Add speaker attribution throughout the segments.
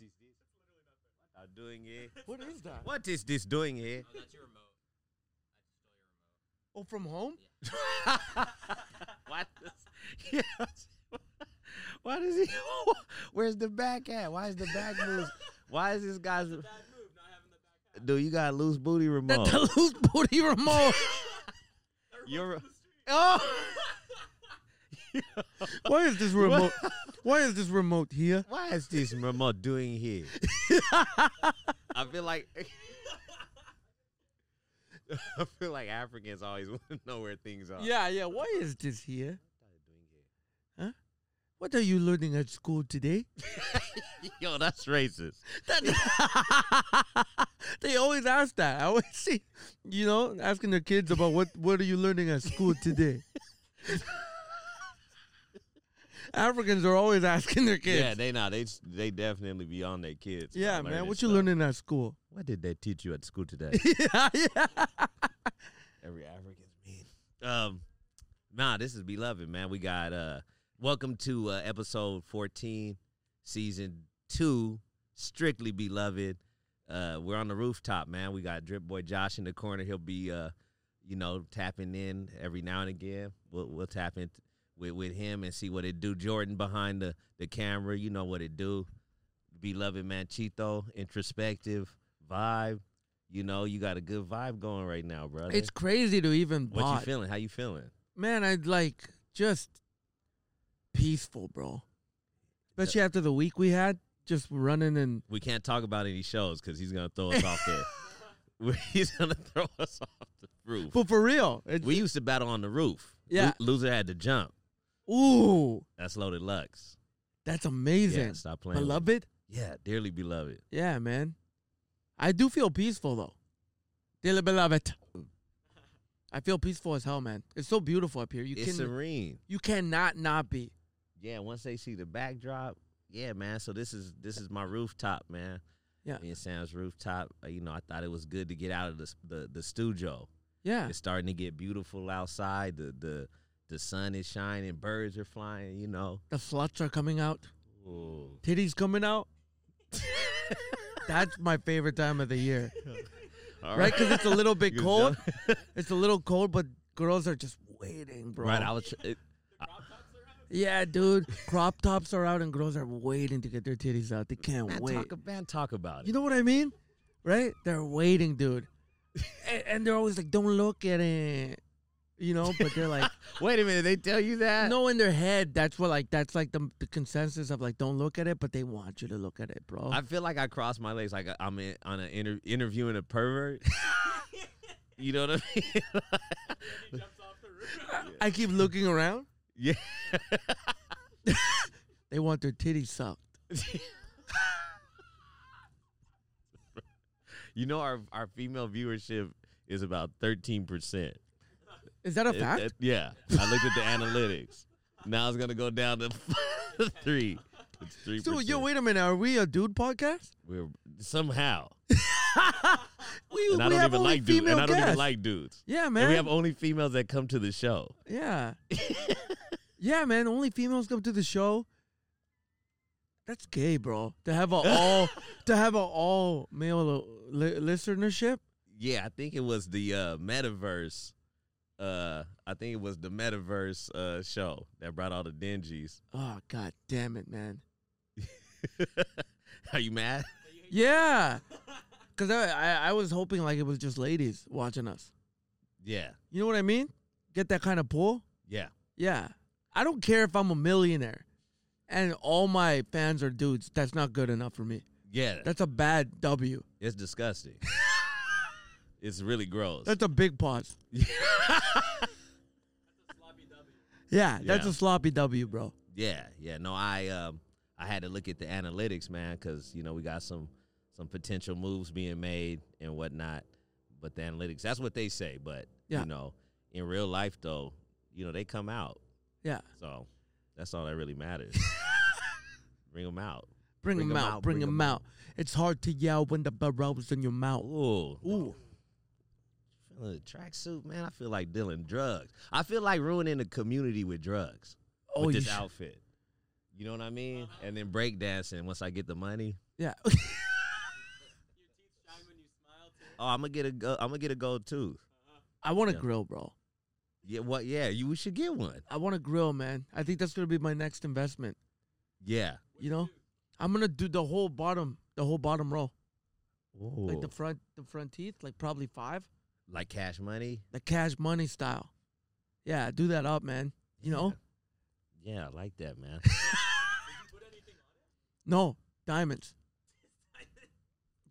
Speaker 1: is this? What are doing here?
Speaker 2: What is that?
Speaker 1: What is this doing here?
Speaker 3: Oh, that's your remote. I
Speaker 2: Oh,
Speaker 3: just stole your remote.
Speaker 2: from home?
Speaker 3: Oh,
Speaker 1: What? Is, yes. Why does he? Where's the back at? Why is the back loose? Why is this guy's?
Speaker 3: Bad move, not having the back half.
Speaker 1: Dude, you got a loose booty remote.
Speaker 2: The loose booty remote.
Speaker 1: You're.
Speaker 2: oh. Why is this remote? Why is this remote here?
Speaker 1: Why is this remote doing here? I feel like. I feel like Africans always want to know where things are.
Speaker 2: Yeah, yeah. Why is this here?
Speaker 1: What are you doing here?
Speaker 2: What are you learning at school today?
Speaker 1: Yo, that's racist.
Speaker 2: they always ask that. I always see, you know, asking their kids about what what are you learning at school today. Africans are always asking their kids.
Speaker 1: Yeah, they not. They s- they definitely be on their kids.
Speaker 2: Yeah,
Speaker 1: about
Speaker 2: man, what you
Speaker 1: stuff.
Speaker 2: learning at school?
Speaker 1: What did they teach you at school today?
Speaker 2: yeah, yeah.
Speaker 1: Every African's mean. Um, nah, this is beloved, man. We got uh, welcome to uh, episode fourteen, season two, strictly beloved. Uh, we're on the rooftop, man. We got Drip Boy Josh in the corner. He'll be uh, you know, tapping in every now and again. We'll we'll tap in t- with with him and see what it do. Jordan behind the the camera, you know what it do. Beloved Manchito, introspective vibe. You know, you got a good vibe going right now, brother.
Speaker 2: It's crazy to even
Speaker 1: What
Speaker 2: bot.
Speaker 1: you feeling? How you feeling?
Speaker 2: Man, I'd like just peaceful, bro. Especially after the week we had, just running and
Speaker 1: We can't talk about any shows because he's gonna throw us off there. We- he's gonna throw us off the roof.
Speaker 2: but for real, it's,
Speaker 1: We used to battle on the roof.
Speaker 2: Yeah.
Speaker 1: Lo- loser had to jump.
Speaker 2: ooh,
Speaker 1: That's loaded Lux.
Speaker 2: that's amazing.
Speaker 1: Yeah, stop playing.
Speaker 2: Beloved,
Speaker 1: Yeah, dearly beloved.
Speaker 2: yeah, man. I do feel peaceful though, dearly beloved. I feel peaceful as hell, man. It's so beautiful up here. You
Speaker 1: it's
Speaker 2: can
Speaker 1: serene.
Speaker 2: you cannot not be.
Speaker 1: Yeah, once they see the backdrop, yeah, man. So this is this is my rooftop, man.
Speaker 2: Yeah.
Speaker 1: Me and Sam's rooftop. Uh, You know, I thought it was good to get out of the s- the, the studio.
Speaker 2: Yeah,
Speaker 1: It's starting to get beautiful outside. The the the sun is shining. Birds are flying. You know.
Speaker 2: the sluts are coming out,
Speaker 1: Ooh.
Speaker 2: titties coming out. that's my favorite time of the year.
Speaker 1: All
Speaker 2: right? Because it's a little bit
Speaker 1: You
Speaker 2: cold. it's a little cold, but girls are just waiting, bro.
Speaker 1: Right. I was. tr- It,
Speaker 2: yeah, dude. Crop tops are out, and girls are waiting to get their titties out. They can't
Speaker 1: man,
Speaker 2: wait.
Speaker 1: talk, man, talk about it.
Speaker 2: you know what I mean? Right? They're waiting, dude. and, and they're always like, "Don't look at it," you know. But they're like,
Speaker 1: Wait a minute. They tell you that.
Speaker 2: no, in their head, that's what like that's like the, the consensus of like, "Don't look at it," but they want you to look at it, bro.
Speaker 1: I feel like I cross my legs like I'm in, on an inter- interviewing a pervert. you know what I mean?
Speaker 3: He jumps off the roof.
Speaker 2: I keep looking around.
Speaker 1: Yeah.
Speaker 2: They want their titties sucked.
Speaker 1: You know our our female viewership is about thirteen percent.
Speaker 2: Is that a fact?
Speaker 1: Yeah, I looked at the analytics. Now it's gonna go down to three. It's three.
Speaker 2: So yo, wait a minute. Are we a dude podcast?
Speaker 1: We're somehow,
Speaker 2: We,
Speaker 1: and I
Speaker 2: we
Speaker 1: don't
Speaker 2: have
Speaker 1: even
Speaker 2: only
Speaker 1: like dudes, and I
Speaker 2: female
Speaker 1: don't even
Speaker 2: guests.
Speaker 1: like dudes.
Speaker 2: Yeah,
Speaker 1: And
Speaker 2: man.
Speaker 1: we have only females that come to the show.
Speaker 2: yeah. yeah, man. Only females come to the show. That's gay, bro. To have a all to have a all male li- listenership.
Speaker 1: Yeah, I think it was the uh, metaverse. Uh, I think it was the metaverse uh, show that brought all the dingies.
Speaker 2: Oh god damn it, man.
Speaker 1: Are you mad?
Speaker 2: Yeah, because I, I I was hoping like it was just ladies watching us.
Speaker 1: Yeah,
Speaker 2: You know what I mean? Get that kind of pull.
Speaker 1: yeah.
Speaker 2: Yeah, I don't care if I'm a millionaire, and all my fans are dudes. That's not good enough for me.
Speaker 1: Yeah,
Speaker 2: That's a bad W.
Speaker 1: it's disgusting. it's really gross.
Speaker 2: That's a big pause.
Speaker 3: Sloppy W.
Speaker 2: Yeah, that's
Speaker 1: Yeah.
Speaker 2: a sloppy W, bro.
Speaker 1: Yeah, yeah. No, I um I had to look at the analytics, man, because you know we got some some potential moves being made and whatnot. But the analytics, that's what they say. But
Speaker 2: Yeah.
Speaker 1: you know, in real life though, you know they come out.
Speaker 2: Yeah.
Speaker 1: So that's all that really matters. Bring them out.
Speaker 2: Bring,
Speaker 1: Bring
Speaker 2: them
Speaker 1: 'em
Speaker 2: out,
Speaker 1: out,
Speaker 2: bring
Speaker 1: bring
Speaker 2: them
Speaker 1: 'em
Speaker 2: out. It's hard to yell when the barrel's in your mouth.
Speaker 1: Ooh,
Speaker 2: Ooh.
Speaker 1: feeling the tracksuit, man. I feel like dealing drugs. I feel like ruining the community with drugs.
Speaker 2: Oh,
Speaker 1: with
Speaker 2: you
Speaker 1: this
Speaker 2: sh-
Speaker 1: outfit. You know what I mean? And then break dancing once I get the money.
Speaker 2: Yeah.
Speaker 3: Your teeth shine when you smile too.
Speaker 1: Oh, I'm gonna get a go, I'm gonna get a gold tooth.
Speaker 2: I want to
Speaker 1: Yeah.
Speaker 2: grill, bro.
Speaker 1: Yeah, what? yeah, you we should get one.
Speaker 2: I want to grill, man. I think that's gonna be my next investment.
Speaker 1: Yeah.
Speaker 2: You know, I'm gonna do the whole bottom, the whole bottom row, like the
Speaker 1: Ooh.
Speaker 2: front, the front teeth, like probably five,
Speaker 1: like cash money.
Speaker 2: the cash money style. Yeah, do that up, man. You know,
Speaker 1: Yeah, I like that, man.
Speaker 3: Did you put anything on it?
Speaker 2: no diamonds,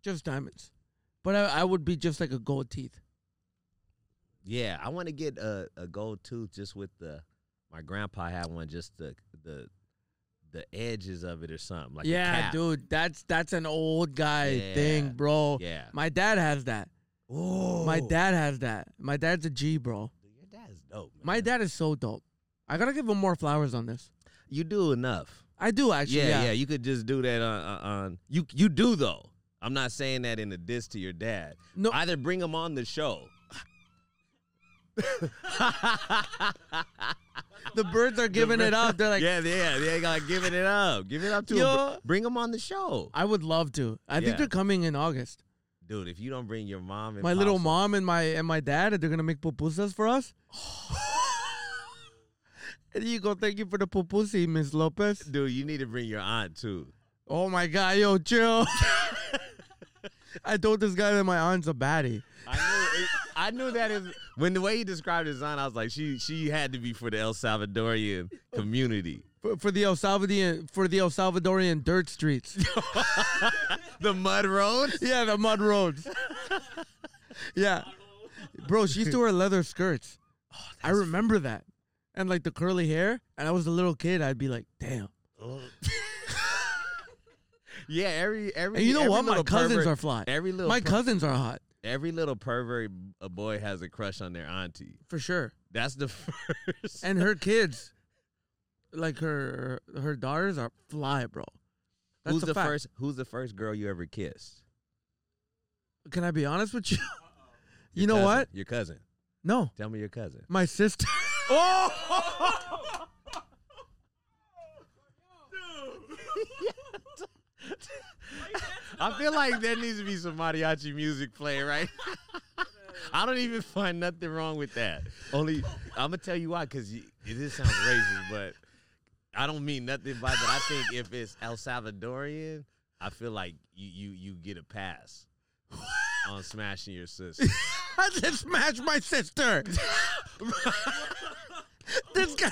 Speaker 2: just diamonds. But I, I would be just like a gold teeth.
Speaker 1: yeah, I want to get a, a gold tooth just with the my grandpa had one just the the the edges of it or something like a
Speaker 2: yeah,
Speaker 1: cap.
Speaker 2: dude, that's that's an old guy thing,
Speaker 1: Yeah.
Speaker 2: bro.
Speaker 1: Yeah.
Speaker 2: My dad has that.
Speaker 1: Oh,
Speaker 2: My dad has that. My dad's a G, bro.
Speaker 1: Your dad's dope. Man.
Speaker 2: My dad is so dope. I gotta give him more flowers on this.
Speaker 1: You do enough.
Speaker 2: I do actually.
Speaker 1: yeah, yeah,
Speaker 2: yeah.
Speaker 1: You could just do that on, on- on. You you do though. I'm not saying that in a diss to your dad.
Speaker 2: No.
Speaker 1: Either bring him on the show.
Speaker 2: The birds are giving it up. They're like,
Speaker 1: yeah, yeah, they ain't gotta give it up. Give it up to him.
Speaker 2: Yo.
Speaker 1: Br- Bring him on the show,
Speaker 2: I would love to. I
Speaker 1: Yeah.
Speaker 2: think they're coming in August.
Speaker 1: dude. If you don't bring your mom and
Speaker 2: My little
Speaker 1: pops-
Speaker 2: mom and my and my dad, they're gonna make pupusas for us. and you go, thank you for the pupusi, Miss Lopez.
Speaker 1: dude, you need to bring your aunt too.
Speaker 2: Oh my god, yo, chill. I told this guy that my aunt's a baddie.
Speaker 1: I knew, it, I knew that is when the way he described his aunt, I was like, she she had to be for the El Salvadorian community,
Speaker 2: For, for the El Salvadorian for the El Salvadorian dirt streets.
Speaker 1: the mud road.
Speaker 2: yeah, the mud roads. yeah. Bro, she used to wear leather skirts.
Speaker 1: Oh,
Speaker 2: I remember that. And like the curly hair. And I was a little kid, I'd be like, damn.
Speaker 1: yeah, every every.
Speaker 2: And you know
Speaker 1: every
Speaker 2: what? My
Speaker 1: little
Speaker 2: cousins
Speaker 1: pervert-
Speaker 2: are fly.
Speaker 1: Every little
Speaker 2: My
Speaker 1: per-
Speaker 2: cousins are hot
Speaker 1: every little pervert a boy has a crush on their auntie.
Speaker 2: for sure.
Speaker 1: That's the first.
Speaker 2: And her kids, like her her daughters are fly, bro. That's
Speaker 1: who's
Speaker 2: a
Speaker 1: the
Speaker 2: fact.
Speaker 1: first? Who's the first girl you ever kissed?
Speaker 2: Can I be honest with you? you
Speaker 1: Your
Speaker 2: know
Speaker 1: cousin.
Speaker 2: what?
Speaker 1: Your cousin.
Speaker 2: No,
Speaker 1: Tell me your cousin.
Speaker 2: my sister.
Speaker 1: Oh. I feel like there needs to be some mariachi music playing, right? I don't even find nothing wrong with that. Only I'm gonna tell you why, because it just sounds racist, but I don't mean nothing by that. I think if it's El Salvadorian, I feel like you you you get a pass on smashing your sister.
Speaker 2: I just smashed my sister. this guy.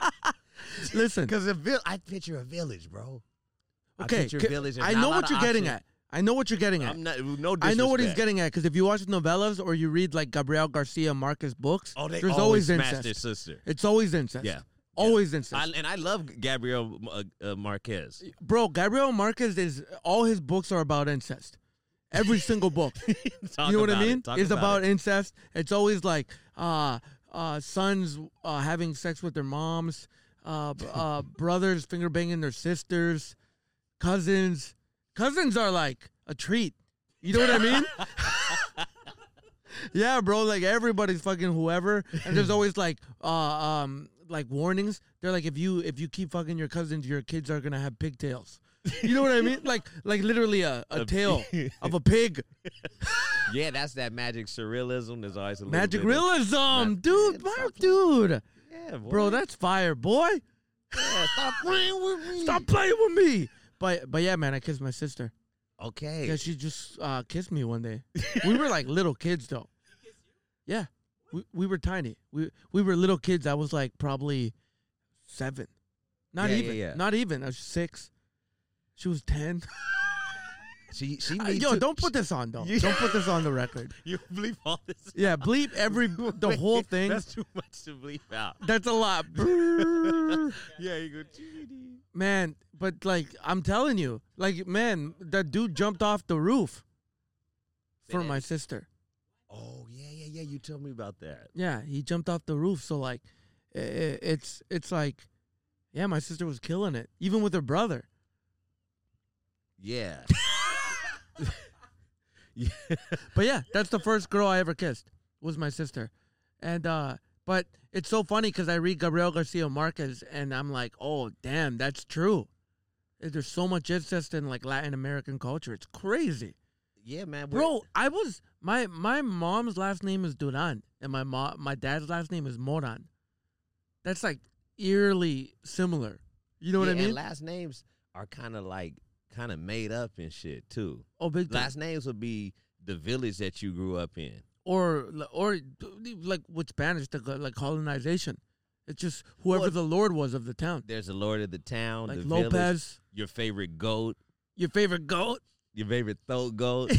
Speaker 2: Listen,
Speaker 1: Because a vil- I picture a village, bro. I
Speaker 2: okay,
Speaker 1: picture
Speaker 2: ca-
Speaker 1: village. and
Speaker 2: I
Speaker 1: not a
Speaker 2: know
Speaker 1: lot
Speaker 2: what
Speaker 1: of
Speaker 2: you're getting
Speaker 1: options.
Speaker 2: at. I know what you're getting at.
Speaker 1: I'm not. No disrespect.
Speaker 2: I know what he's getting at because if you watch novellas or you read like Gabriel Garcia Marquez books,
Speaker 1: Oh, they
Speaker 2: there's
Speaker 1: always,
Speaker 2: always
Speaker 1: smash
Speaker 2: incest.
Speaker 1: their sister.
Speaker 2: It's always incest.
Speaker 1: Yeah.
Speaker 2: Always incest.
Speaker 1: I, and I love Gabriel uh, uh, Marquez.
Speaker 2: Bro, Gabriel Marquez is all his books are about incest. Every single book.
Speaker 1: Talk
Speaker 2: you know what I
Speaker 1: about it.
Speaker 2: mean?
Speaker 1: Talk
Speaker 2: It's about,
Speaker 1: it.
Speaker 2: incest. It's always like uh, uh, sons uh, having sex with their moms, uh, b- uh, brothers finger banging their sisters, cousins. Cousins are like a treat. You know what I mean? yeah, bro. Like everybody's fucking whoever, and there's always like uh, um like warnings. They're like if you if you keep fucking your cousins, your kids are gonna have pigtails. You know what I mean? Like like literally a, a tail of a pig.
Speaker 1: Yeah, that's that magic surrealism. There's always a little bit
Speaker 2: Magic
Speaker 1: of-
Speaker 2: realism,
Speaker 1: Not-
Speaker 2: dude,
Speaker 1: Yeah,
Speaker 2: Mark, dude,
Speaker 1: Yeah, boy.
Speaker 2: bro, that's fire, boy.
Speaker 1: Yeah, stop playing with me.
Speaker 2: Stop playing with me. But but yeah, man, I kissed my sister.
Speaker 1: Okay.
Speaker 2: Yeah, she just uh, kissed me one day. we were like little kids though. Yeah, we we were tiny. We we were little kids. I was like probably seven, not
Speaker 1: Yeah, yeah,
Speaker 2: even,
Speaker 1: yeah.
Speaker 2: not even. I was six. She was ten.
Speaker 1: She she
Speaker 2: Uh,
Speaker 1: needs
Speaker 2: Yo,
Speaker 1: to-
Speaker 2: don't put this on though.
Speaker 1: You-
Speaker 2: Don't put this on the record.
Speaker 1: You bleep all this.
Speaker 2: Yeah, bleep every the whole thing.
Speaker 1: That's too much to bleep out.
Speaker 2: That's a lot.
Speaker 1: Yeah, you go.
Speaker 2: man, but like I'm telling you, like man, that dude jumped off the roof for my sister.
Speaker 1: Oh yeah, yeah, yeah. You tell me about that.
Speaker 2: Yeah, he jumped off the roof. So like, i- i it's it's like, yeah, my sister was killing it, even with her brother.
Speaker 1: Yeah. yeah.
Speaker 2: But yeah, that's the first girl I ever kissed was my sister, and uh But it's so funny because I read Gabriel Garcia Marquez and I'm like, oh damn, that's true. There's so much incest in like Latin American culture. It's crazy.
Speaker 1: Yeah, man. we're-
Speaker 2: Bro, I was my my mom's last name is Duran, and my mom my dad's last name is Moran. That's like eerily similar. You know what
Speaker 1: yeah,
Speaker 2: I mean?
Speaker 1: And last names are kind of like kind of made up and shit too.
Speaker 2: oh, big time.
Speaker 1: Last names would be the village that you grew up in.
Speaker 2: or or like with Spanish, the like colonization. It's just whoever
Speaker 1: Well-
Speaker 2: the lord was of the town,
Speaker 1: There's the lord of the town,
Speaker 2: like
Speaker 1: the
Speaker 2: Lopez,
Speaker 1: village, your favorite goat,
Speaker 2: your favorite goat.
Speaker 1: your favorite throat goat.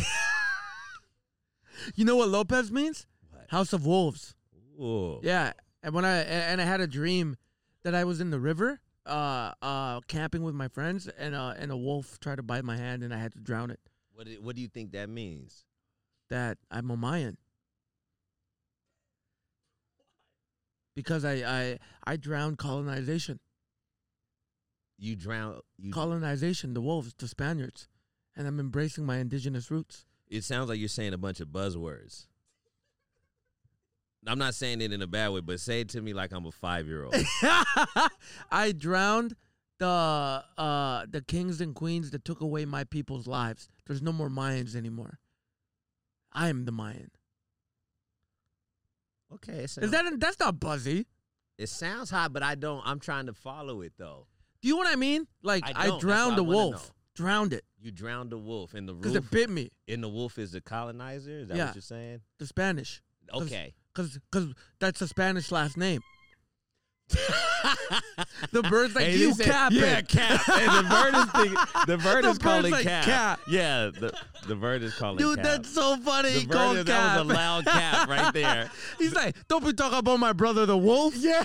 Speaker 2: You know what Lopez means?
Speaker 1: What?
Speaker 2: House of wolves.
Speaker 1: Ooh.
Speaker 2: Yeah, and when I and I had a dream that I was in the river, uh, uh, camping with my friends, and uh, and a wolf tried to bite my hand, and I had to drown it.
Speaker 1: What do, what do you think that means?
Speaker 2: That I'm a Mayan. Because I, I I drowned colonization,
Speaker 1: You drown. You,
Speaker 2: colonization, the wolves, the Spaniards, and I'm embracing my indigenous roots.
Speaker 1: it sounds like you're saying a bunch of buzzwords. I'm not saying it in a bad way, but say it to me like I'm a five year old.
Speaker 2: I drowned the uh, the kings and queens that took away my people's lives. There's no more Mayans anymore. I am the Mayan.
Speaker 1: okay, it sounds,
Speaker 2: Is that that's not buzzy?
Speaker 1: it sounds hot, but I don't. I'm trying to follow it though.
Speaker 2: Do you know what I mean? Like
Speaker 1: I
Speaker 2: I,
Speaker 1: don't. That's what
Speaker 2: drowned
Speaker 1: I
Speaker 2: a
Speaker 1: wanna
Speaker 2: wolf,
Speaker 1: know.
Speaker 2: drowned it
Speaker 1: You drowned the wolf, and the
Speaker 2: because
Speaker 1: roof
Speaker 2: it bit me.
Speaker 1: and the wolf is the colonizer. Is that
Speaker 2: Yeah.
Speaker 1: what you're saying?
Speaker 2: The Spanish,
Speaker 1: Okay.
Speaker 2: because because that's a Spanish last name. The bird's like
Speaker 1: Hey,
Speaker 2: you
Speaker 1: they said-
Speaker 2: cap
Speaker 1: Yeah,
Speaker 2: it.
Speaker 1: cap. Hey, the bird is thinking- the bird
Speaker 2: The
Speaker 1: is calling
Speaker 2: bird's like,
Speaker 1: cap.
Speaker 2: "Cap."
Speaker 1: Yeah, the, the bird is calling
Speaker 2: Dude,
Speaker 1: cap.
Speaker 2: that's so funny.
Speaker 1: the
Speaker 2: he
Speaker 1: bird
Speaker 2: called
Speaker 1: is,
Speaker 2: cap.
Speaker 1: that was a loud cap right there.
Speaker 2: He's like, don't be talking about my brother the wolf.
Speaker 1: Yeah.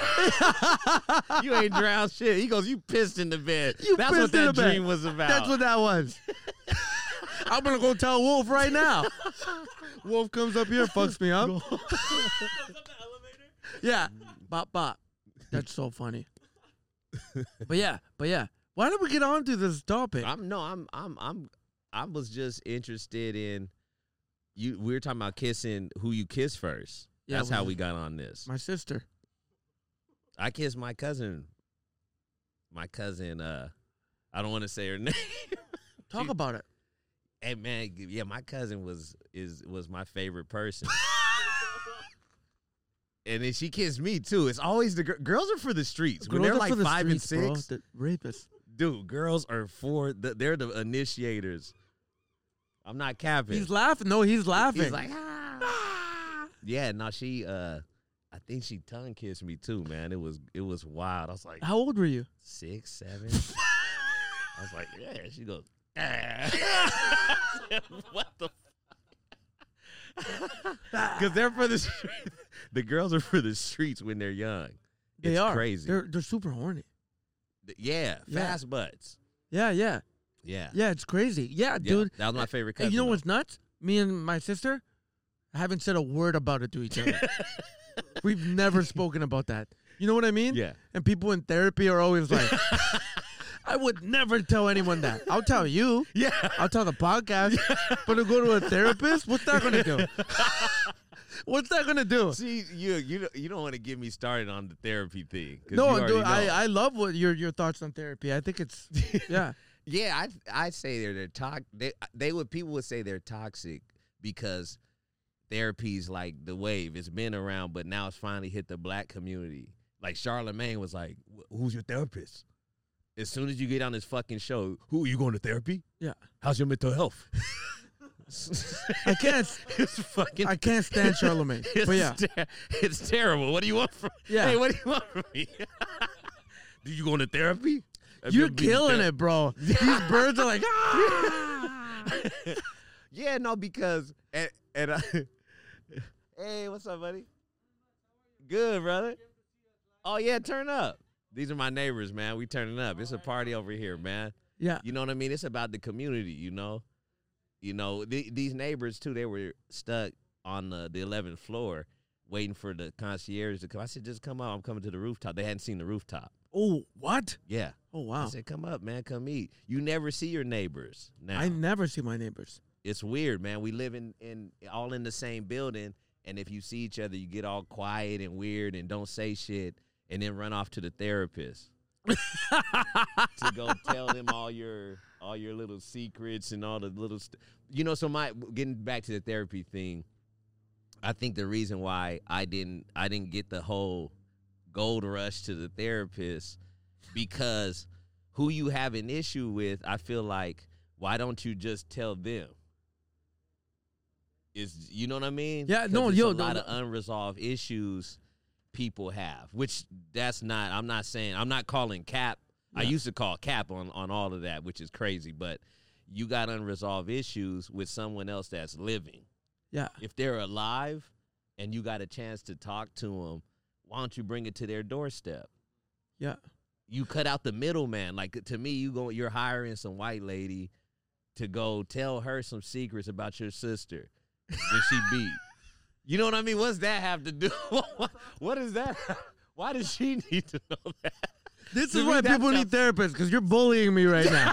Speaker 1: you ain't drowned shit. He goes, you pissed in the bed.
Speaker 2: You
Speaker 1: That's
Speaker 2: pissed
Speaker 1: what
Speaker 2: in
Speaker 1: that
Speaker 2: the bed.
Speaker 1: dream was about.
Speaker 2: That's what that was. I'm gonna go tell Wolf right now. Wolf comes up here, fucks me up.
Speaker 3: Goes up the elevator.
Speaker 2: Yeah, bop bop. That's so funny. But yeah, but yeah. Why did we get on to this topic?
Speaker 1: I'm no, I'm I'm I'm I was just interested in you we were talking about kissing who you kiss first.
Speaker 2: Yeah,
Speaker 1: That's
Speaker 2: it
Speaker 1: how
Speaker 2: was-
Speaker 1: we got on this.
Speaker 2: My sister.
Speaker 1: I kissed my cousin. My cousin, uh I don't want to say her name.
Speaker 2: Talk
Speaker 1: She-
Speaker 2: about it.
Speaker 1: hey man, yeah, my cousin was is was my favorite person. and then she kissed me too. It's always the gir- girls are for the streets. when
Speaker 2: Girls
Speaker 1: they're
Speaker 2: are
Speaker 1: like
Speaker 2: for the
Speaker 1: five and
Speaker 2: streets, bro.
Speaker 1: six,
Speaker 2: The rapists.
Speaker 1: dude, girls are for the, they're the initiators. I'm not capping.
Speaker 2: He's laughing. No, he's laughing.
Speaker 1: He's like, ah. yeah. No, she. uh I think she tongue kissed me too, man. It was it was wild. I was like
Speaker 2: How old were you?
Speaker 1: six, seven. I was like, yeah. She goes, ah. what the? Because they're for the streets. The girls are for the streets when they're young.
Speaker 2: They
Speaker 1: It's
Speaker 2: are
Speaker 1: crazy.
Speaker 2: They're they're super horny.
Speaker 1: Th- Yeah,
Speaker 2: Yeah.
Speaker 1: fast butts.
Speaker 2: Yeah, yeah,
Speaker 1: Yeah.
Speaker 2: yeah. It's crazy. Yeah,
Speaker 1: Yeah,
Speaker 2: dude.
Speaker 1: That was my favorite
Speaker 2: And
Speaker 1: cousin.
Speaker 2: you know
Speaker 1: though.
Speaker 2: what's nuts? Me and my sister haven't said a word about it to each other. We've never spoken about that. You know what I mean?
Speaker 1: Yeah.
Speaker 2: And people in therapy are always like, I would never tell anyone that. I'll tell you.
Speaker 1: Yeah.
Speaker 2: I'll tell the podcast. But to go to a therapist, what's that going to do? what's that going to do?
Speaker 1: See, you you don't- you don't want to get me started on the therapy thing. 'cause you
Speaker 2: No,
Speaker 1: already
Speaker 2: dude,
Speaker 1: know.
Speaker 2: I, I love what your your thoughts on therapy. I think it's yeah.
Speaker 1: yeah, I I say they're they're toxic. They, they would people would say they're toxic because therapy's like the wave. It's been around, but now it's finally hit the black community. Like Charlemagne was like, "Wh- "Who's your therapist?" As soon as you get on this fucking show, who are you going to therapy?
Speaker 2: Yeah.
Speaker 1: How's your mental health?
Speaker 2: I can't
Speaker 1: it's fucking
Speaker 2: I can't stand Charlemagne.
Speaker 1: It's,
Speaker 2: But yeah.
Speaker 1: ter- it's terrible. What do you want from?
Speaker 2: Yeah.
Speaker 1: Hey, what do you want from me? do you go into therapy? Have you
Speaker 2: You're
Speaker 1: ever been to
Speaker 2: killing
Speaker 1: ther-
Speaker 2: it, bro. These birds are like, ah!
Speaker 1: yeah, no, because and, and I, hey, what's up, buddy? Good, brother. Oh yeah, turn up. These are my neighbors, man. We turning up. It's a party over here, man.
Speaker 2: Yeah,
Speaker 1: You know what I mean? It's about the community, you know. You know the these neighbors too. They were stuck on the the eleventh floor, waiting for the concierge to come. I said, "Just come out. I'm coming to the rooftop." They hadn't seen the rooftop.
Speaker 2: Oh, what?
Speaker 1: Yeah,
Speaker 2: Oh, wow.
Speaker 1: I said, "Come up, man. Come eat." You never see your neighbors now.
Speaker 2: I never see my neighbors.
Speaker 1: it's weird, man. We live in in all in the same building, and if you see each other, you get all quiet and weird and don't say shit, and then run off to the therapist to go tell them all your all your little secrets and all the little, st- you know. So my getting back to the therapy thing, I think the reason why I didn't I didn't get the whole gold rush to the therapist because who you have an issue with, I feel like why don't you just tell them? Is you know what I mean?
Speaker 2: Yeah,
Speaker 1: 'Cause
Speaker 2: no,
Speaker 1: it's
Speaker 2: yo,
Speaker 1: a
Speaker 2: no,
Speaker 1: lot
Speaker 2: no.
Speaker 1: of unresolved issues people have, which that's not. I'm not saying I'm not calling cap. I
Speaker 2: Yeah.
Speaker 1: used to call cap on on all of that, which is crazy, but you got unresolved issues with someone else that's living
Speaker 2: Yeah.
Speaker 1: if they're alive and you got a chance to talk to them, why don't you bring it to their doorstep?
Speaker 2: Yeah.
Speaker 1: You cut out the middleman. Like to me, you go, you're hiring some white lady to go tell her some secrets about your sister when she beat. You know what I mean? What's that have to do? what is that? Why does she need to know that?
Speaker 2: This
Speaker 1: To
Speaker 2: is
Speaker 1: me,
Speaker 2: why
Speaker 1: that
Speaker 2: people need therapists because you're bullying me right now.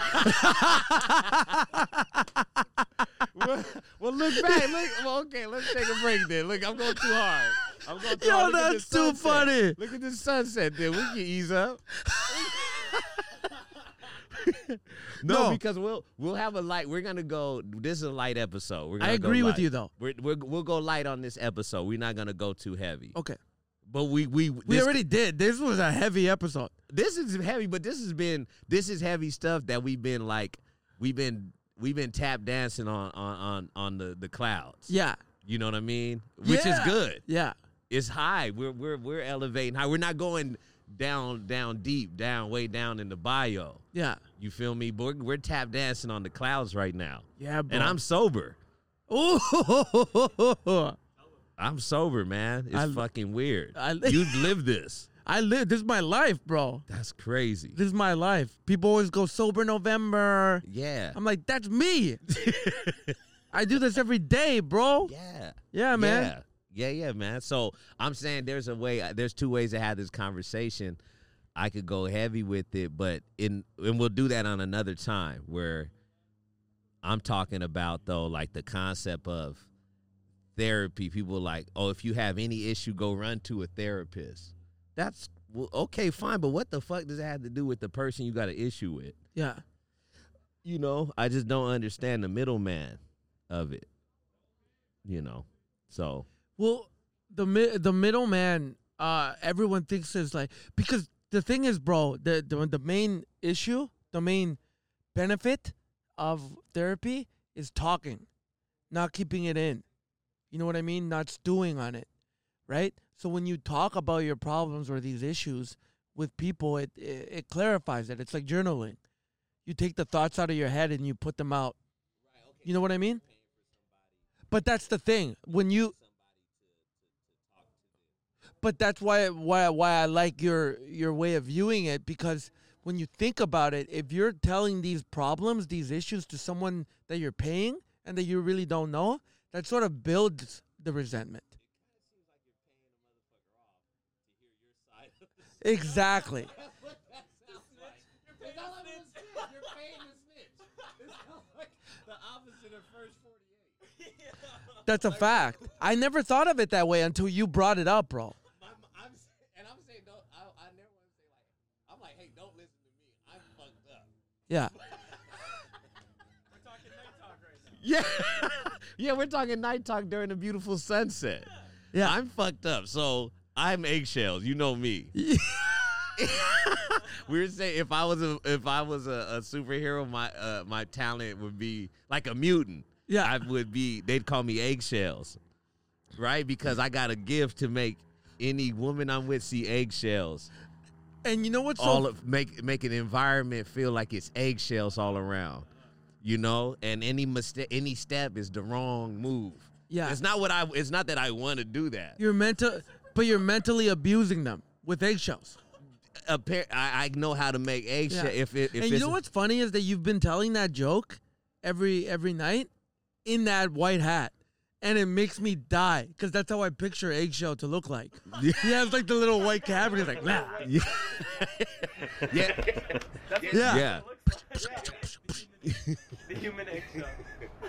Speaker 1: well, well, look back. Look, well, okay, let's take a break then. Look, I'm going too hard. I'm going too
Speaker 2: Yo,
Speaker 1: hard. Look at
Speaker 2: that's
Speaker 1: this
Speaker 2: too
Speaker 1: sunset.
Speaker 2: funny.
Speaker 1: Look at this sunset then. We can ease up. no,
Speaker 2: No.
Speaker 1: because we'll we'll have a light. We're gonna go. This is a light episode. We're gonna
Speaker 2: I
Speaker 1: go
Speaker 2: agree with
Speaker 1: light.
Speaker 2: you though.
Speaker 1: We're, we're, we'll go light on this episode. We're not gonna go too heavy.
Speaker 2: Okay.
Speaker 1: But we we
Speaker 2: Oh. We
Speaker 1: this,
Speaker 2: already did. This was a heavy episode.
Speaker 1: this is heavy. But this has been this is heavy stuff that we've been like we've been we've been tap dancing on on on on the the clouds.
Speaker 2: Yeah.
Speaker 1: You know what I mean? Which
Speaker 2: Yeah.
Speaker 1: is good.
Speaker 2: Yeah.
Speaker 1: It's high. We're we're we're elevating high. We're not going down down deep, down way down in the bio.
Speaker 2: Yeah.
Speaker 1: You feel me? But we're, we're tap dancing on the clouds right now.
Speaker 2: Yeah, bro.
Speaker 1: And I'm sober.
Speaker 2: Ooh.
Speaker 1: I'm sober, man. It's
Speaker 2: I-
Speaker 1: fucking weird.
Speaker 2: I-
Speaker 1: you live this.
Speaker 2: I live. This is my life, bro.
Speaker 1: That's crazy.
Speaker 2: This is my life. People always go sober November.
Speaker 1: Yeah.
Speaker 2: I'm like, that's me. I do this every day, bro. Yeah,
Speaker 1: yeah.
Speaker 2: man.
Speaker 1: Yeah, yeah, yeah, man. So I'm saying there's a way. uh, There's two ways to have this conversation. I could go heavy with it, but in and we'll do that on another time where I'm talking about though, like the concept of therapy. People like, oh, if you have any issue, go run to a therapist. That's well, okay, fine, but what the fuck does that have to do with the person you got an issue with?
Speaker 2: Yeah.
Speaker 1: you know, I just don't understand the middleman of it. You know, so
Speaker 2: Well, the mi- the middleman, uh, everyone thinks is like because the thing is, bro, the, the the main issue, the main benefit of therapy is talking, not keeping it in. You know what I mean? Not stewing on it, right? So when you talk about your problems or these issues with people, it it, it clarifies it. It's like journaling. You take the thoughts out of your head and you put them out. You know what I mean? But that's the thing. When you but that's why why why I like your your way of viewing it because when you think about it, if you're telling these problems, these issues to someone that you're paying and that you really don't know, that sort of builds the resentment. Exactly. That's a fact. I never thought of it that way until you brought it up, bro.
Speaker 4: I'm, I'm, s- and I'm saying don't. I, I never want to say like. I'm like, hey, don't listen to me. I'm fucked up.
Speaker 2: Yeah.
Speaker 3: We're talking night talk right now.
Speaker 1: yeah, yeah, we're talking night talk during a beautiful sunset.
Speaker 2: Yeah.
Speaker 1: I'm fucked up, so I'm eggshells. You know me. we were saying if I was a if I was a, a superhero, my uh, my talent would be like a mutant.
Speaker 2: Yeah.
Speaker 1: I would be. They'd call me eggshells, right? Because I got a gift to make any woman I'm with see eggshells.
Speaker 2: And you know what's
Speaker 1: all
Speaker 2: so
Speaker 1: of make make an environment feel like it's eggshells all around. You know, and any mistake, any step is the wrong move.
Speaker 2: Yeah.
Speaker 1: it's not what I. It's not that I want to do that.
Speaker 2: you're mental but you're mentally abusing them with eggshells.
Speaker 1: Appar- I, I know how to make eggshell.
Speaker 2: Yeah.
Speaker 1: If it, if
Speaker 2: and you
Speaker 1: it's
Speaker 2: know what's funny is that you've been telling that joke every every night in that white hat, and it makes me die because that's how I picture eggshell to look like. Yeah, he has like the little white cap, and he's like, nah, yeah,
Speaker 1: yeah,
Speaker 2: yeah,
Speaker 1: yeah,
Speaker 3: The human eggshell.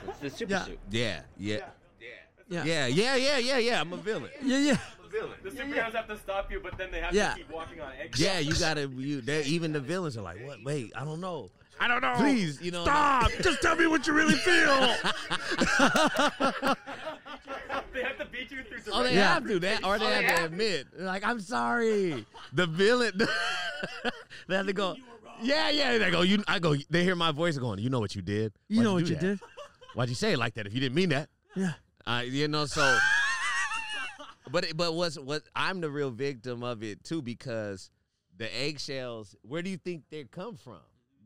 Speaker 4: It's the super
Speaker 2: Yeah.
Speaker 4: suit.
Speaker 1: yeah, yeah,
Speaker 4: Yeah.
Speaker 2: Yeah.
Speaker 1: Yeah, yeah, yeah, yeah, yeah. I'm a villain.
Speaker 2: Yeah, yeah.
Speaker 3: The Superheroes have to stop you, but then they have
Speaker 2: Yeah.
Speaker 3: to keep walking on eggshells.
Speaker 1: Yeah, you gotta. You, they- even the villains are like, what? Wait, I don't know.
Speaker 2: I don't know.
Speaker 1: Please, you know.
Speaker 2: Stop! Just tell me what you really feel.
Speaker 3: they have to beat you through.
Speaker 1: Oh, they
Speaker 2: Yeah.
Speaker 1: have to that, or they have to admit, like, I'm sorry. The villain. they have to go. Yeah, yeah. They go. You. I go. They hear my voice going. You know what you did.
Speaker 2: You
Speaker 1: Why'd
Speaker 2: know what
Speaker 1: do
Speaker 2: you
Speaker 1: that?
Speaker 2: did.
Speaker 1: Why'd you say it like that? If you didn't mean that.
Speaker 2: Yeah.
Speaker 1: Uh, you know, so. but it- but what's what I'm the real victim of it too because the eggshells. Where do you think they come from?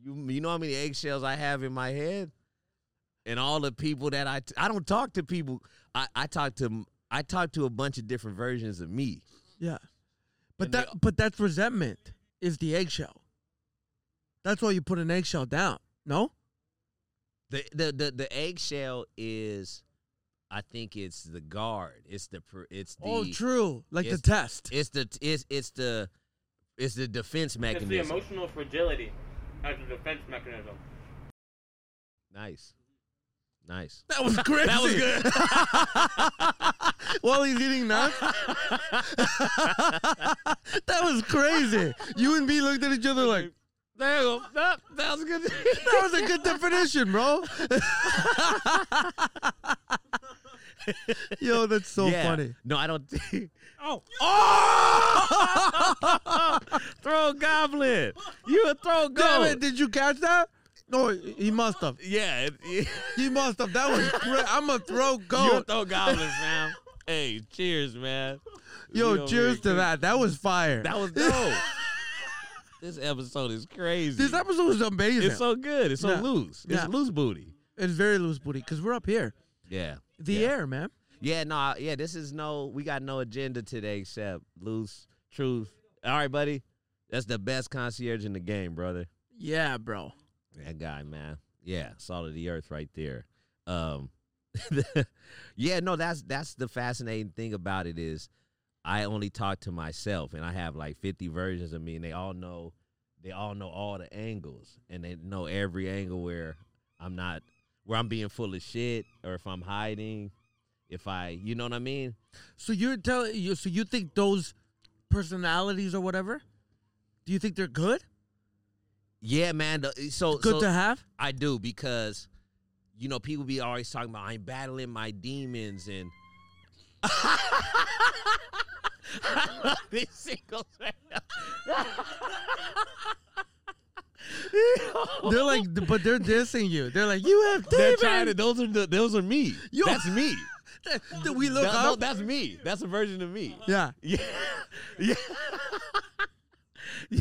Speaker 1: You you know how many eggshells I have in my head, and all the people that I t- I don't talk to people. I I talk to I talk to a bunch of different versions of me.
Speaker 2: Yeah. But
Speaker 1: And they-
Speaker 2: that but that's resentment is the eggshell. That's why you put an eggshell down. No?
Speaker 1: the the the, the eggshell is i think it's the guard it's the pr- it's the
Speaker 2: oh, true. Like the
Speaker 1: it's-
Speaker 2: test.
Speaker 1: it's the it's it's the it's the defense
Speaker 3: It's the
Speaker 1: mechanism
Speaker 3: emotional fragility as a defense mechanism.
Speaker 1: nice nice
Speaker 2: that was crazy.
Speaker 1: that was good
Speaker 2: While he's eating nuts. that was crazy. You and me looked at each other like
Speaker 1: there you go that, that was good
Speaker 2: that was a good definition, bro. Yo, that's so
Speaker 1: Yeah.
Speaker 2: funny.
Speaker 1: no i don't think
Speaker 2: Oh,
Speaker 1: Oh! throw goblin you a throw
Speaker 2: damn
Speaker 1: goblin
Speaker 2: it! Did you catch that? No, he must have.
Speaker 1: yeah, it,
Speaker 2: He must have. That was great. I'm gonna throw
Speaker 1: you a
Speaker 2: gold.
Speaker 1: throw goblin man hey cheers man We
Speaker 2: Yo,
Speaker 1: over
Speaker 2: cheers
Speaker 1: here
Speaker 2: to that. That was fire.
Speaker 1: That was dope. this episode is crazy.
Speaker 2: this episode was amazing.
Speaker 1: it's so good. It's so
Speaker 2: Yeah.
Speaker 1: loose. It's
Speaker 2: Yeah.
Speaker 1: loose booty.
Speaker 2: it's very loose booty because we're up here.
Speaker 1: Yeah.
Speaker 2: The
Speaker 1: yeah.
Speaker 2: air, man.
Speaker 1: Yeah, no, I- yeah, this is no we got no agenda today except loose truth. All right, buddy. That's the best concierge in the game, brother.
Speaker 2: Yeah, bro.
Speaker 1: That guy, man. Yeah, salt of the earth right there. Um Yeah, no, that's that's the fascinating thing about it is I only talk to myself and I have like 50 versions of me and they all know they all know all the angles and they know every angle where I'm not where I'm being full of shit or if I'm hiding, if I, you know what I mean?
Speaker 2: So you're telling you. So you think those personalities or whatever? Do you think they're good?
Speaker 1: Yeah, man. the- So
Speaker 2: Good
Speaker 1: so,
Speaker 2: to have.
Speaker 1: I do because you know people be always talking about I'm battling my demons and I love these singles right now.
Speaker 2: They're like, but they're dissing you. They're like, you have
Speaker 1: They're
Speaker 2: demons.
Speaker 1: trying to, those are the, those are me.
Speaker 2: Yo.
Speaker 1: That's me.
Speaker 2: Did we look
Speaker 1: That- no,
Speaker 2: up?
Speaker 1: that's me. That's a version of me.
Speaker 2: yeah.
Speaker 1: Yeah. Yeah. yeah.